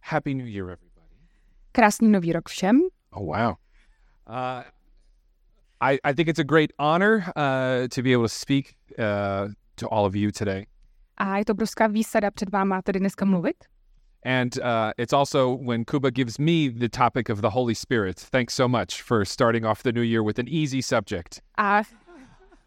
Happy New Year, everybody. Krásný nový rok všem. Oh, wow. Uh, I, I think it's a great honor uh, to be able to speak uh, to all of you today. A je to obrovská výsada před váma tady dneska mluvit. And uh, it's also when Kuba gives me the topic of the Holy Spirit. Thanks so much for starting off the new year with an easy subject. A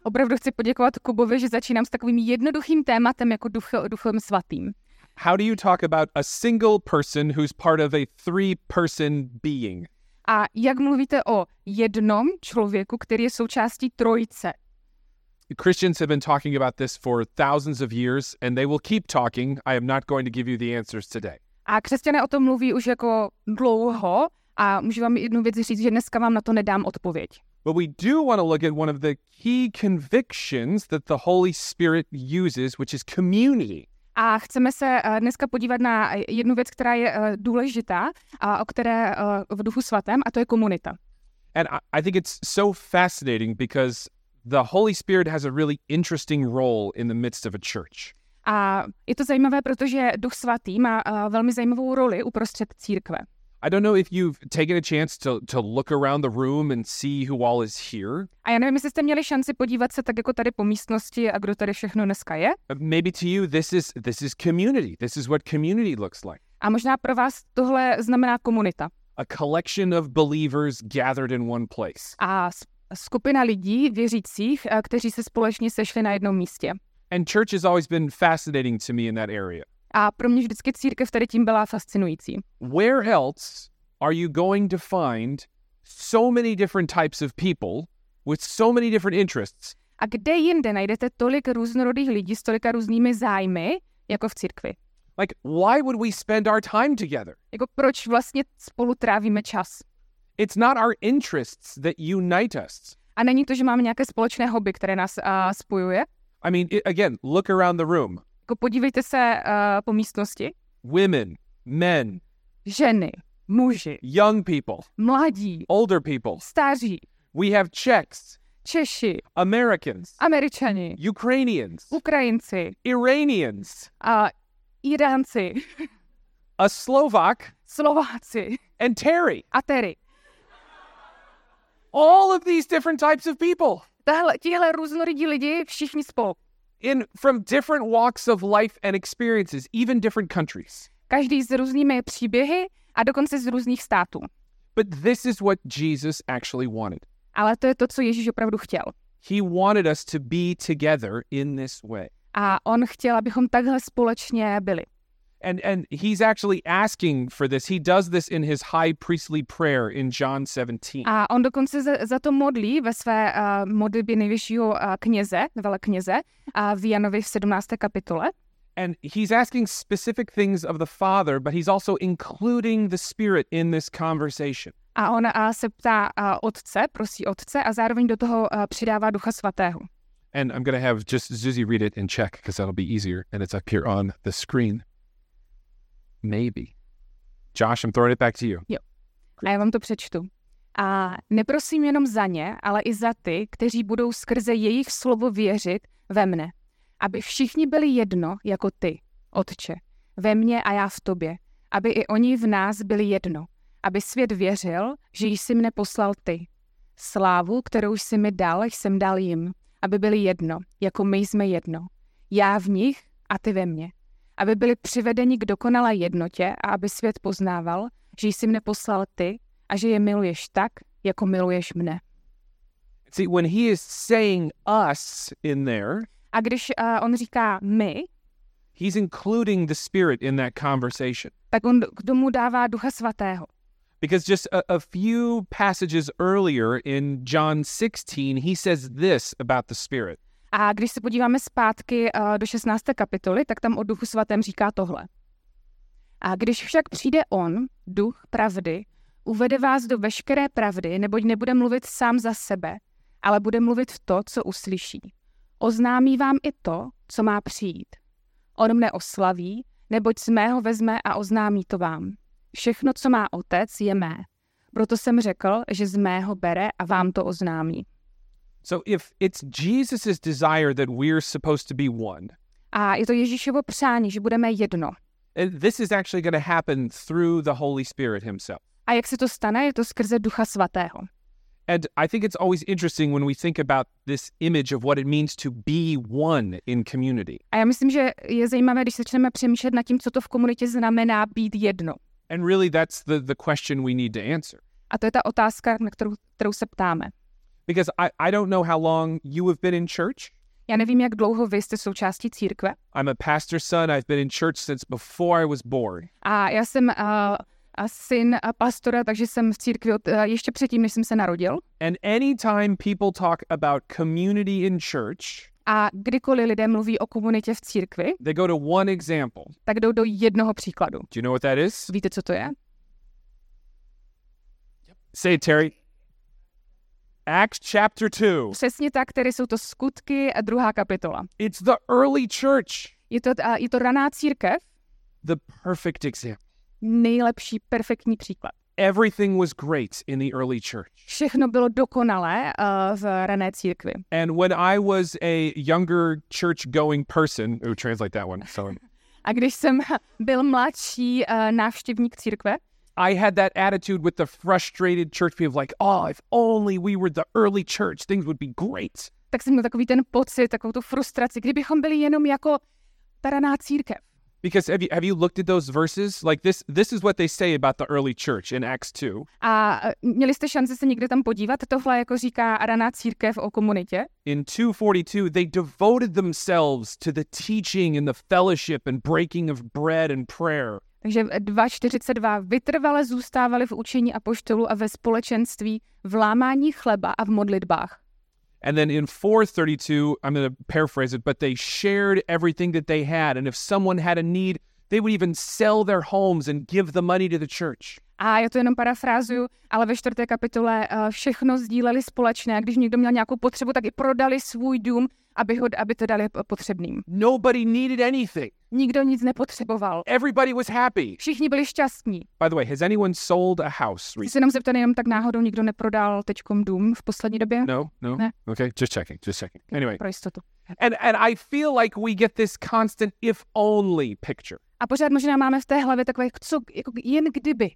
opravdu chci poděkovat Kubovi, že začínám s takovým jednoduchým tématem jako duch, duchem svatým. How do you talk about a single person who's part of a three person being? A jak mluvíte o jednom člověku, který je součástí trojice? Christians have been talking about this for thousands of years, and they will keep talking. I am not going to give you the answers today. A křesťané o tom mluví už jako dlouho a můžu vám jednu věc říct, že dneska vám na to nedám odpověď. But we do want to look at one of the key convictions that the Holy Spirit uses, which is community. A chceme se eh, dneska podívat na jednu věc, která je eh, důležitá a o které eh, v Duchu Svatém, a to je komunita. And I, I think it's so fascinating because the Holy Spirit has a really interesting role in the midst of a church. A je to zajímavé, protože Duch Svatý má eh, velmi zajímavou roli uprostřed církve. I don't know if you've taken a chance to, to look around the room and see who all is here. A já nevím, jestli jste měli šanci podívat se tak jako tady po místnosti a kdo tady všechno dneska je. Uh, Maybe to you, this is this is community. This is what community looks like. A možná pro vás tohle znamená komunita. A collection of believers gathered in one place. A s- skupina lidí, věřících, eh, kteří se společně sešli na jednom místě. And church has always been fascinating to me in that area. A pro mě vždycky církev tady tím byla fascinující. Where else are you going to find so many different types of people with so many different interests A kde jinde najdete tolik různorodých lidí s tolika různými zájmy, jako v církvi? Like, why would we spend our time together? Jako proč vlastně spolu trávíme čas? It's not our interests that unite us. A není to, že máme nějaké společné hobby, které nás a, spojuje? I mean, i again, look around the room Jako podívejte se a, po místnosti. women, men, Ženy, muži, young people, mladí, older people. staří, We have Czechs, Češi, Americans, Američani, Ukrainians, Ukrajinci, Iranians, a, Iránci, a Slovak, Slováci, and Terry. Atery. All of these different types of people Tahle, tihle různorodí lidi všichni spolu. in from different walks of life and experiences, even different countries. Každý s různými příběhy a dokonce z různých států. But this is what Jesus actually wanted. Ale to je to, co Ježíš opravdu chtěl. He wanted us to be together in this way. A on chtěl, abychom takhle společně byli. And and he's actually asking for this. He does this in his high priestly prayer in John 17. A on dokonce za, za to modlí ve své uh, modlitbě nejvyššího uh, kněze, velekněze, uh, v Janovi v 17. kapitole. And he's asking specific things of the Father, but he's also including the Spirit in this conversation. A on uh, se ptá uh, otce, prosí otce a zároveň do toho uh, přidává ducha svatého. And I'm going to have just Zuzi read it in Czech because that'll be easier. And it's up here on the screen. Maybe. Josh, I'm throwing it back to you. A já vám to přečtu. A neprosím jenom za ně, ale i za ty, kteří budou skrze jejich slovo věřit ve mne. Aby všichni byli jedno jako ty, Otče, ve mně a já v tobě. Aby i oni v nás byli jedno. Aby svět věřil, že jsi mne poslal ty. Slávu, kterou jsi mi dal, jsem dal jim. Aby byli jedno, jako my jsme jedno. Já v nich a ty ve mně. Aby byli přivedeni k dokonalé jednotě a aby svět poznával, že jsi mne poslal ty a že je miluješ tak, jako miluješ mne. See, when he is saying us in there, A když uh, on říká my, he's including the Spirit in that conversation. tak on k tomu dává Ducha Svatého. Because just a, a few passages earlier in John 16, he says this about the Spirit. A když se podíváme zpátky uh, do 16. kapitoly, tak tam o Duchu Svatém říká tohle. A když však přijde on, duch pravdy, uvede vás do veškeré pravdy, neboť nebude mluvit sám za sebe, ale bude mluvit to, co uslyší. Oznámí vám i to, co má přijít. On mne oslaví, neboť z mého vezme a oznámí to vám. Všechno, co má otec, je mé. Proto jsem řekl, že z mého bere a vám to oznámí. So if it's Jesus' desire that we're supposed to be one, A je to Ježíšovo přání, že budeme jedno. And eh, this is actually going to happen through the Holy Spirit himself. A jak se to stane? Je to skrze Ducha Svatého. And I think it's always interesting when we think about this image of what it means to be one in community. A já myslím, že je zajímavé, když začneme přemýšlet nad tím, co to v komunitě znamená být jedno. And really, that's the, the question we need to answer. A to je ta otázka, na kterou, kterou se ptáme. Because I, I don't know how long you have been in church. Já nevím, jak dlouho vy jste součástí církve. I'm a pastor's son. I've been in church since before I was born. A já jsem a, a syn a pastora, takže jsem v církvi od, a ještě předtím, než jsem se narodil. And anytime people talk about community in church, A kdykoliv lidé mluví o komunitě v církvi, they go to one example. tak jdou do jednoho příkladu. Do you know what that is? Víte, co to je? Say it, Terry. Acts chapter 2. Přesně tak, které jsou to skutky a druhá kapitola. It's the early church, Je to, a, je to raná církev, the perfect example. nejlepší, perfektní příklad. Everything was great in the early church. Všechno bylo dokonalé uh, v rané církvi. And when I was a younger church going person, ooh, translate that one. So A když jsem byl mladší uh, návštěvník církve, I had that attitude with the frustrated church people, like, oh, if only we were the early church, things would be great. tak jsem měl takový ten pocit, takovou tu frustraci, kdybychom byli jenom jako ta raná církev. Because have you have you looked at those verses? Like this this is what they say about the early church in Acts 2. A eh, měli jste šanci se někde tam podívat? Tohle jako říká raná církev o komunitě. In 242, they devoted themselves to the teaching and the fellowship and breaking of bread and prayer. Takže 2.42 vytrvale zůstávali v učení apoštolů a ve společenství v lámání chleba a v modlitbách. And then in 432, I'm going to paraphrase it, but they shared everything that they had. And if someone had a need, they would even sell their homes and give the money to the church. A já to jenom parafrázuju, ale ve čtvrté kapitole eh, všechno sdíleli společné. A Když někdo měl nějakou potřebu, tak i prodali svůj dům, aby, ho, aby to dali eh, potřebným. Nobody needed anything. Nikdo nic nepotřeboval. Everybody was happy. Všichni byli šťastní. By the way, has anyone sold a house Chci recently? se jenom zeptat, jenom tak náhodou nikdo neprodal teďkom dům v poslední době? No, no. No. Okay, just checking, just checking. Anyway, Pro jistotu. and and I feel like we get this constant if only picture. A pořád možná máme v té hlavě takové, co, jako jen kdyby.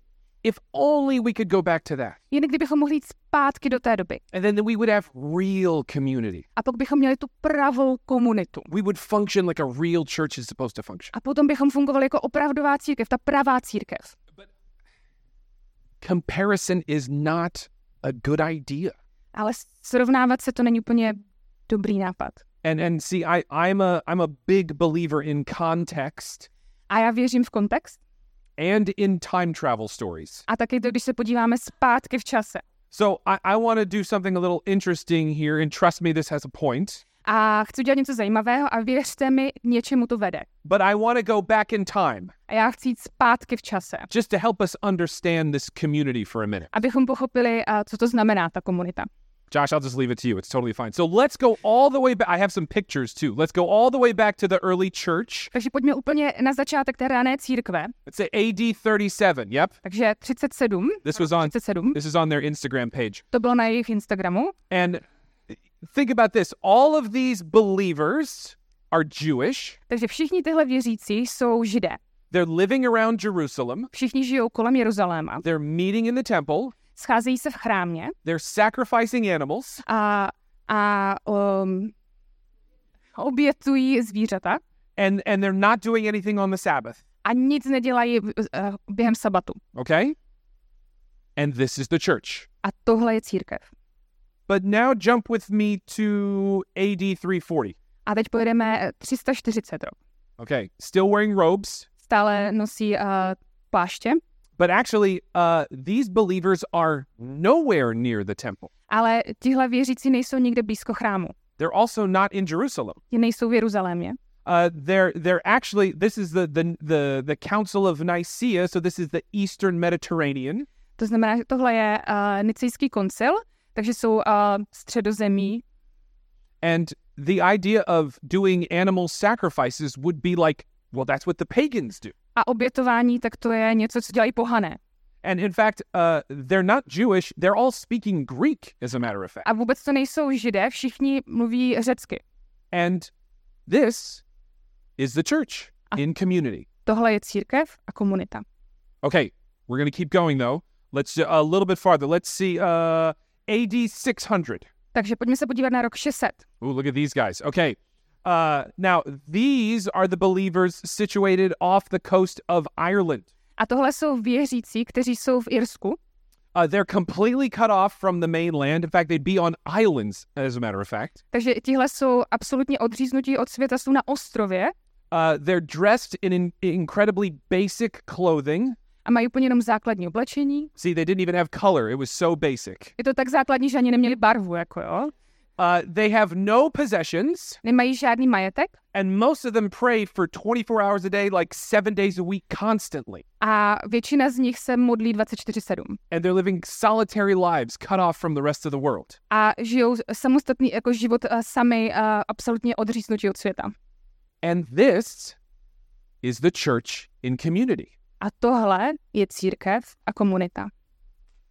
If only we could go back to that. Jen kdybychom mohli jít zpátky do té doby. And then we would have real community. A pak bychom měli tu pravou komunitu. We would function like a real church is supposed to function. A potom bychom fungovali jako opravdová církev, ta pravá církev. Comparison is not a good idea. Ale srovnávat se to není úplně dobrý nápad. And and see, I I'm a I'm a big believer in context A já věřím v kontext. and in time travel stories. A taky to, když se podíváme zpátky v čase. So I, I want to do something a little interesting here, and trust me, this has a point. A chci udělat něco zajímavého a věřte mi, k něčemu to vede. But I want to go back in time A já chci jít zpátky v čase, just to help us understand this community for a minute. abychom pochopili, a co to znamená ta komunita. Josh, I'll just leave it to you. It's totally fine. So let's go all the way back. I have some pictures too. Let's go all the way back to the early church. Takže pojďme úplně na začátek té rané církve. Let's say AD 37. Yep. Takže 37, This was on 37, this is on their Instagram page. to bylo na jejich Instagramu. And uh, think about this. All of these believers are Jewish. Takže všichni tyhle věřící jsou židé. They're living around Jerusalem. Všichni žijou kolem Jeruzaléma. They're meeting in the temple. Scházejí se v chrámě They're sacrificing animals. a, a um, obětují zvířata and and they're not doing anything on the Sabbath. a nic nedělají uh, během sabatu. Okay? And this is the church. A tohle je církev. But now jump with me to AD 340. A teď pojedeme eh, 340 rok. Okay. Still wearing robes, Stále nosí uh, pláště, but actually uh these believers are nowhere near the temple. ale tihle věřící nejsou nikde blízko chrámu. They're also not in Jerusalem. Ti nejsou v Jeruzalémě. Uh they're they're actually this is the the the, the Council of Nicaea, so this is the Eastern Mediterranean. To znamená, že tohle je uh, nicejský koncil, takže jsou uh, středozemí And the idea of doing animal sacrifices would be like, well, that's what the pagans do. a obětování, tak to je něco, co dělají pohané. And in fact, uh, they're not Jewish. They're all speaking Greek, as a matter of fact. A vůbec to nejsou židé, všichni mluví řecky. And this is the church in community. A Tohle je církev a komunita. Okay, we're going to keep going though. Let's uh, a little bit farther. Let's see uh, AD 600. Takže pojďme se podívat na rok 600. Ooh, look at these guys. Okay. Uh, now, these are the believers situated off the coast of Ireland. A tohle jsou věřící, kteří jsou v Irsku. Uh, they're completely cut off from the mainland. In fact, they'd be on islands, as a matter of fact. Takže tihle jsou absolutně odříznutí od světa, jsou na ostrově Uh, they're dressed in, in incredibly basic clothing. a mají úplně jenom základní oblečení. See, they didn't even have color, it was so basic. Je to tak základní, že ani neměli barvu, jako jo. Uh, they have no possessions, Nemají žádný majetek and most of them pray for 24 hours a day, like seven days a week, constantly. a většina z nich se modlí 24-7 And they're living solitary lives, cut off from the rest of the world. a žijou samostatný jako život eh, sami eh, absolutně odříznutí od světa. And this is the church in community. A tohle je církev a komunita.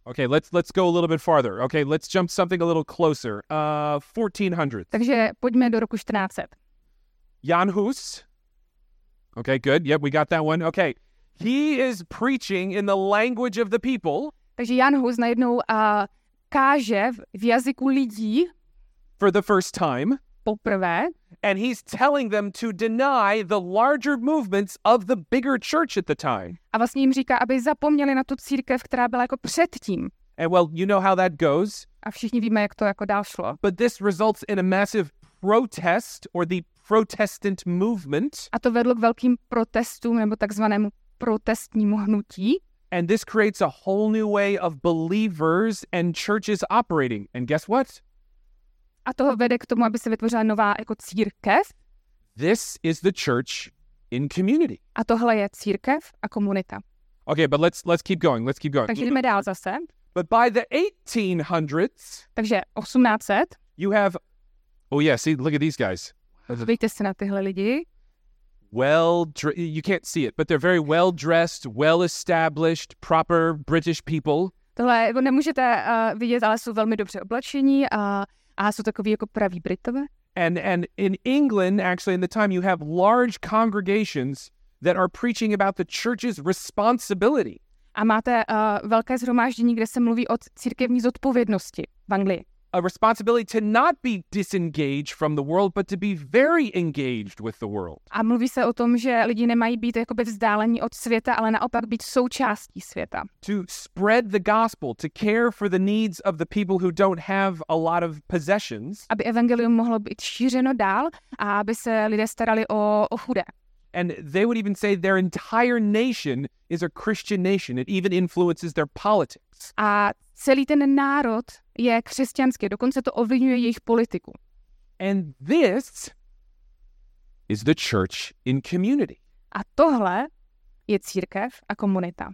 Okay, let's let's go a little bit farther. Okay, let's jump something a little closer. Uh, 1400. Takže pojďme do roku 1400. Jan Hus. Okay, good. Yep, we got that one. Okay. He is preaching in the language of the people Takže Jan Hus najednou a, káže v- v jazyku lidí for the first time, poprvé and he's telling them to deny the larger movements of the bigger church at the time. a vlastně jim říká, aby zapomněli na tu církev, která byla jako předtím. And well, you know how that goes, A všichni víme, jak to jako dál šlo. but this results in a massive protest or the Protestant movement, A to vedlo k velkým protestům nebo takzvanému protestnímu hnutí. and this creates a whole new way of believers and churches operating. And guess what? A to vede k tomu, aby se vytvořila nová jako církev. This is the church in community. A tohle je církev a komunita. Okay, but let's let's keep going. Let's keep going. Takže jdeme dál zase. But by the 1800s, Takže 1800, you have Oh yeah, see look at these guys. dívejte se na tyhle lidi. Well, dre- you can't see it, but they're very well dressed, well established, proper British people. Tohle jako nemůžete uh, vidět, ale jsou velmi dobře oblečení a, a jsou takový jako praví Britové. And and in England actually in the time you have large congregations that are preaching about the church's responsibility. A máte uh, velké zhromáždění, kde se mluví o církevní zodpovědnosti v Anglii. A responsibility to not be disengaged from the world, but to be very engaged with the world. A mluví se o tom, že lidi nemají být jakoby vzdálení od světa, ale naopak být součástí světa. to spread the gospel, to care for the needs of the people who don't have a lot of possessions. aby evangelium mohlo být šířeno dál a aby se lidé starali o, o chudé. And they would even say their entire nation is a Christian nation. It even influences their politics. A celý ten národ je křesťanský, dokonce to ovlivňuje jejich politiku. And this is the church in community. A tohle je církev a komunita.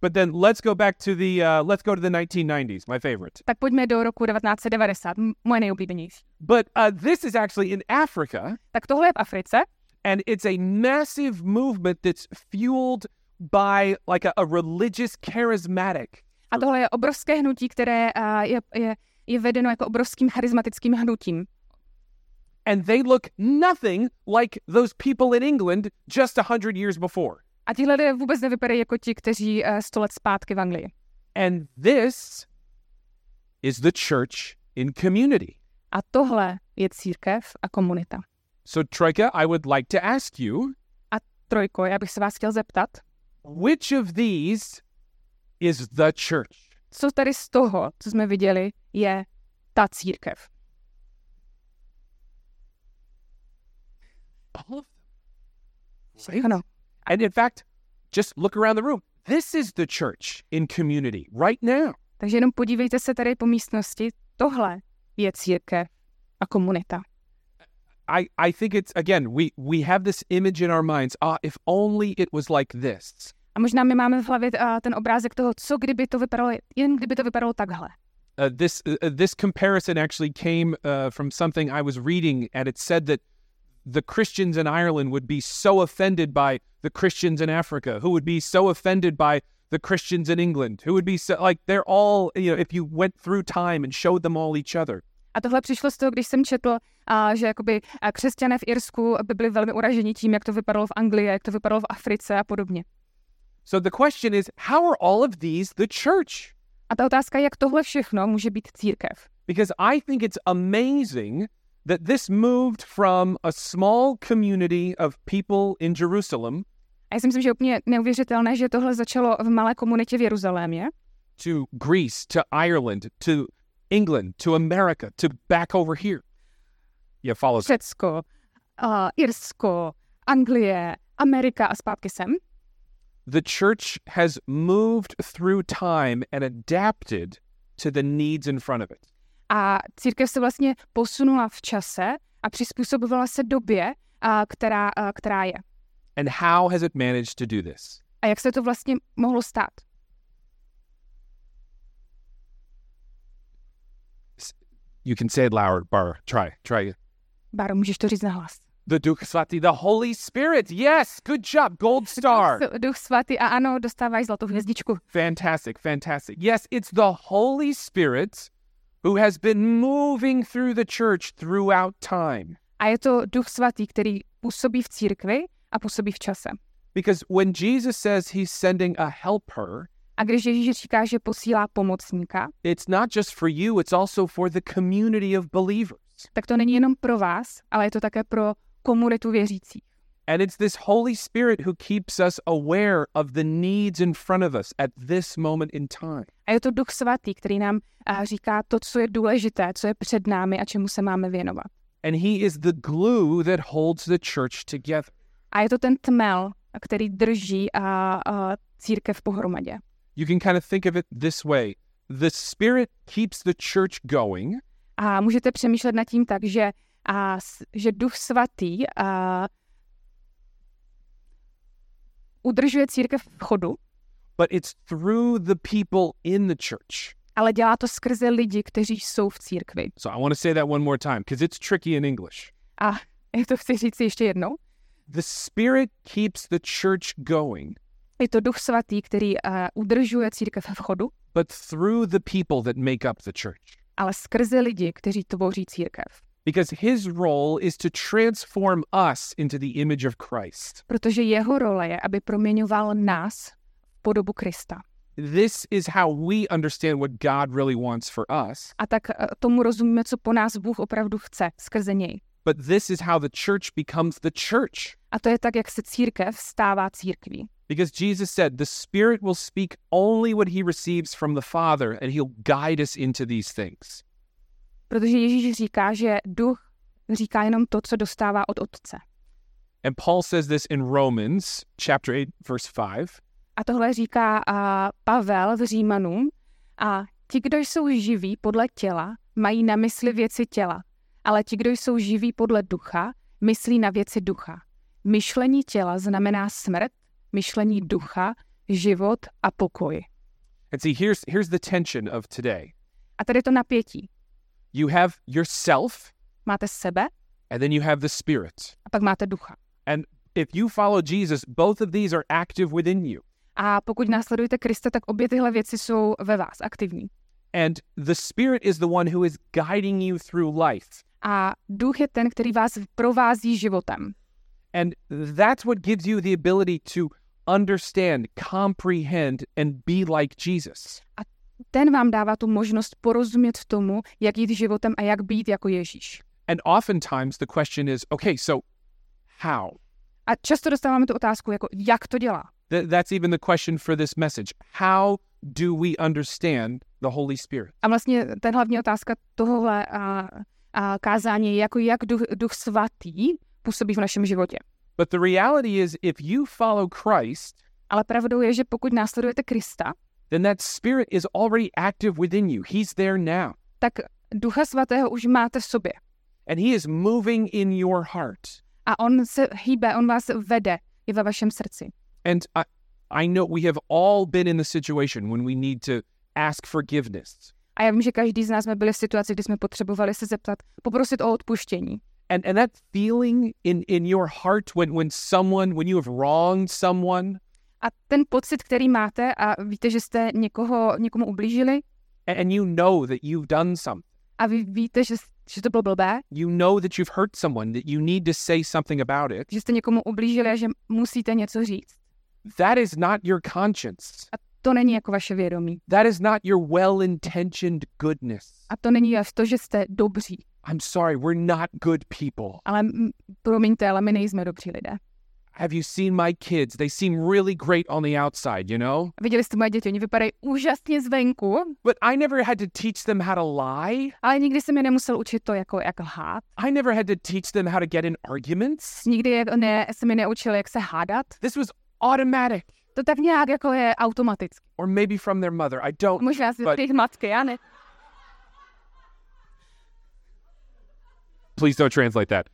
But then let's go back to the uh, let's go to the 1990s, my favorite. Tak pojďme do roku 1990, m- moje nejoblíbenější. But uh, this is actually in Africa, Tak tohle je v Africe and it's a massive movement that's fueled by like a, a religious charismatic a tohle je obrovské hnutí, které a, je, je, je vedeno jako obrovským charismatickým hnutím. and they look nothing like those people in England just a hundred years before. A tihle lidé vůbec nevypadají jako ti, kteří eh, sto let zpátky v Anglii. And this is the church in community. A tohle je církev a komunita. So, Troika, I would like to ask you Trojko, já bych se vás chtěl zeptat, which of these is the church? co tady z toho, co jsme viděli, je ta církev. All of them. Všechno. And in fact, just look around the room. This is the church in community right now. Takže jenom podívejte se tady po místnosti. Tohle je církev a komunita. I, I think it's again we we have this image in our minds. Ah, if only it was like this. A možná my máme v hlavě a, ten obrázek toho, co kdyby to vypadalo, jen kdyby to vypadalo takhle. uh, this uh, this comparison actually came uh, from something I was reading, and it said that the Christians in Ireland would be so offended by the Christians in Africa, who would be so offended by the Christians in England, who would be so like they're all you know. If you went through time and showed them all each other, A tohle přišlo z toho, když jsem četl, a, že jakoby a křesťané v Irsku by byli velmi uraženi tím, jak to vypadalo v Anglii, jak to vypadalo v Africe a podobně. So the question is how are all of these the church? A ta otázka je, jak tohle všechno může být církev. Because I think it's amazing that this moved from a small community of people in Jerusalem A já si myslím, že je úplně neuvěřitelné, že tohle začalo v malé komunitě v Jeruzalémě to Greece, to Ireland, to England, to America, to back over here. You follow? us? Řecko, uh, Irsko, Anglie, Amerika a zpátky sem. The church has moved through time and adapted to the needs in front of it. A církev se vlastně posunula v čase a přizpůsobovala se době, a která, a která je. And how has it managed to do this? A jak se to vlastně mohlo stát? You can say it louder, Bar. Try, try. Báro, můžeš to říct nahlas. The Duke Svati, the Holy Spirit. Yes, good job. Gold star. Duch, duch svatý a ano, dostáváš zlatou hvězdičku. Fantastic, fantastic. Yes, it's the Holy Spirit who has been moving through the church throughout time. A je to duch svatý, který působí v církvi a působí v čase. Because when Jesus says he's sending a helper, A když Ježíš říká, že posílá pomocníka, it's not just for you, it's also for the community of believers. tak to není jenom pro vás, ale je to také pro komunitu věřících. And it's this Holy Spirit who keeps us aware of the needs in front of us at this moment in time. A je to duch svatý, který nám a, říká to, co je důležité, co je před námi a čemu se máme věnovat. And he is the glue that holds the church together. A je to ten tmel, který drží a, a, církev pohromadě. You can kind of think of it this way the Spirit keeps the church going, A můžete přemýšlet nad tím tak, že, a, s- že duch svatý a, udržuje církev v chodu, but it's through the people in the church. ale dělá to skrze lidi, kteří jsou v církvi. So I want to say that one more time because it's tricky in English. A já to chci říct ještě jednou. The Spirit keeps the church going, Je to duch svatý, který uh, udržuje církev v chodu, but through the people that make up the church. ale skrze lidi, kteří tvoří církev. Because his role is to transform us into the image of Christ. Protože jeho role je, aby proměňoval nás v podobu Krista. This is how we understand what God really wants for us, A tak eh, tomu rozumíme, co po nás Bůh opravdu chce skrze něj. but this is how the church becomes the church. A to je tak, jak se církev stává církví. Because Jesus said, the Spirit will speak only what he receives from the Father, and he'll guide us into these things. Protože Ježíš říká, že duch říká jenom to, co dostává od Otce. And Paul says this in Romans chapter 8 verse 5. A tohle říká a, Pavel v Římanům. A ti, kdo jsou živí podle těla, mají na mysli věci těla. Ale ti, kdo jsou živí podle ducha, myslí na věci ducha. Myšlení těla znamená smrt, myšlení ducha, život a pokoj. And see here's here's the tension of today. A tady to napětí. You have yourself Máte sebe and then you have the Spirit. a pak máte ducha. And if you follow Jesus, both of these are active within you. A pokud následujete Krista, tak obě tyhle věci jsou ve vás aktivní. And the Spirit is the one who is guiding you through life. A duch je ten, který vás provází životem. And that's what gives you the ability to understand, comprehend, and be like Jesus. Ten vám dává tu možnost porozumět tomu, jak jít životem a jak být jako Ježíš. And oftentimes the question is okay, so how? A často dostáváme tu otázku, jako jak to dělá. Th- that's even the question for this message. How do we understand the Holy Spirit? A vlastně ten hlavní otázka tohohle a, a kázání je, jako jak duch, duch svatý působí v našem životě. But the reality is, if you follow Christ, Ale pravdou je, že pokud následujete Krista, then that Spirit is already active within you. He's there now, tak ducha svatého už máte v sobě. and He is moving in your heart. A on se hýbe, on vás vede, je ve vašem srdci. And I, I know we have all been in the situation when we need to ask forgiveness. A já vím, že každý z nás jsme byli v situaci, kdy jsme potřebovali se zeptat, poprosit o odpuštění. And, and that feeling in, in your heart when, when someone, when you have wronged someone, A ten pocit, který máte a víte, že jste někoho, někomu ublížili a- and you know that you've done something, a vy víte, že, že to bylo blbé, You know that you've hurt someone, that you need to say something about it. že jste někomu ublížili a že musíte něco říct. That is not your conscience. To není jako vaše vědomí. That is not your well intentioned goodness. A to není to, že jste dobří. I'm sorry, we're not good people. Ale m- promiňte, ale my nejsme dobří lidé. Have you seen my kids? They seem really great on the outside, you know? Viděli jste moje děti, oni vypadají úžasně zvenku, But I never had to teach them how to lie. ale nikdy jsem je nemusel učit to, jako jak lhát. I never had to teach them how to get in arguments. Nikdy je, ne, jsem je neučil, jak se hádat. This was automatic, To tak nějak jako je automaticky. or maybe from their mother. I don't. Možná z But- těch matky, já ne. Please don't translate that.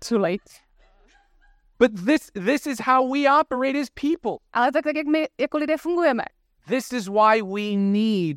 Too late. But this this is how we operate as people. Ale tak, tak jak my jako lidé fungujeme. This is why we need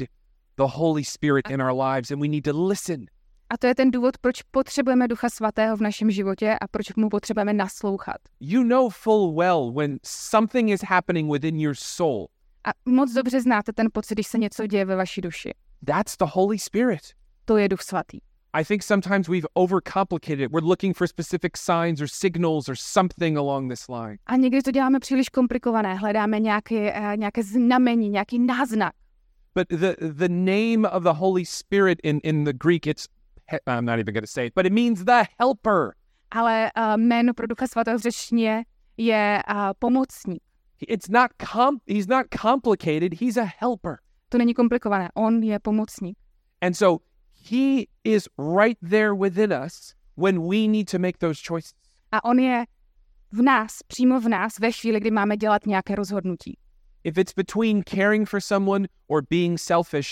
the Holy Spirit in our lives, and we need to listen. A to je ten důvod, proč potřebujeme Ducha Svatého v našem životě a proč mu potřebujeme naslouchat. You know full well when something is happening within your soul. A moc dobře znáte ten pocit, když se něco děje ve vaší duši. That's the Holy Spirit. To je Duch Svatý. I think sometimes we've overcomplicated it. We're looking for specific signs or signals or something along this line. A někdy to děláme příliš komplikované, hledáme nějaký, eh, nějaké znamení, nějaký náznak. But the the name of the Holy Spirit in in the Greek, it's he- I'm not even going to say it, but it means the helper. Ale eh, jméno pro Ducha Svatého v řečtině je eh, pomocník. It's not com- he's not complicated. He's a helper, To není komplikované, on je pomocník. and so he is right there within us when we need to make those choices. A on je v nás, přímo v nás, ve chvíli, kdy máme dělat nějaké rozhodnutí. If it's between caring for someone or being selfish,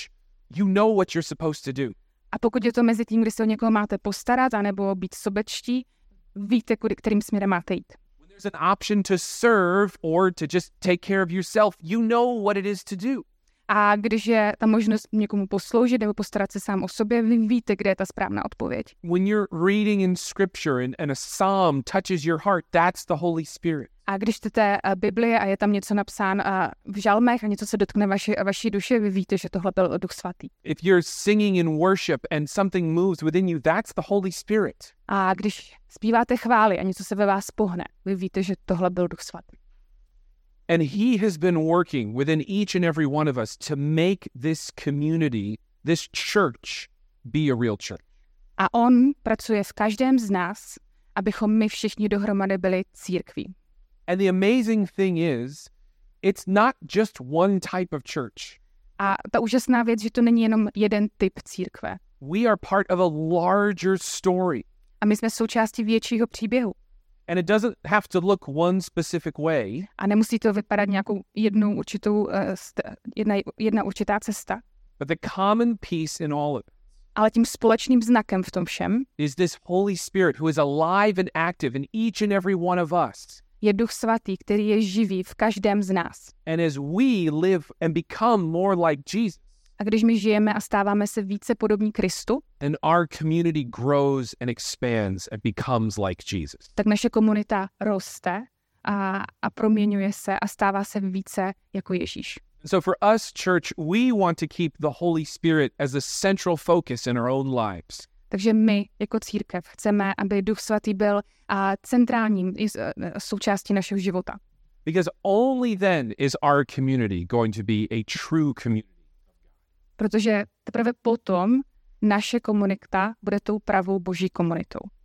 you know what you're supposed to do. A pokud je to mezi tím, kdy se o někoho máte postarat, anebo být sobečtí, víte, kudy, kterým směrem máte jít. When there's an option to serve or to just take care of yourself, you know what it is to do. A když je ta možnost někomu posloužit nebo postarat se sám o sobě, vy víte, kde je ta správná odpověď. when you're reading in scripture and, and a psalm touches your heart, that's the Holy Spirit. A když čtete eh, Bibli a je tam něco napsán eh, v žalmech a něco se dotkne vaši, vaší duše, vy víte, že tohle byl Duch Svatý. If you're singing in worship and something moves within you, that's the Holy Spirit. A když zpíváte chvály a něco se ve vás pohne, vy víte, že tohle byl Duch Svatý. And He has been working within each and every one of us to make this community, this church, be a real church. A on pracuje v každém z nás, abychom my všichni dohromady byli církví. And the amazing thing is, it's not just one type of church. A ta úžasná věc, že to není jenom jeden typ církve. We are part of a larger story, A my jsme součástí většího příběhu. and it doesn't have to look one specific way. A nemusí to vypadat nějakou jednou určitou, eh, st- jedna, jedna určitá cesta. But the common piece in all of it Ale tím společným znakem v tom všem is this Holy Spirit who is alive and active in each and every one of us. je Duch Svatý, který je živý v každém z nás. And as we live and become more like Jesus, A když my žijeme a stáváme se více podobní Kristu, then our community grows and expands and becomes like Jesus. tak naše komunita roste a, a proměňuje se a stává se více jako Ježíš. So for us, church, we want to keep the Holy Spirit as a central focus in our own lives. Takže my jako církev chceme, aby Duch Svatý byl a, centrálním i s- e, součástí našeho života. Because only then is our community going to be a true community. Protože teprve potom naše komunita bude tou pravou boží komunitou.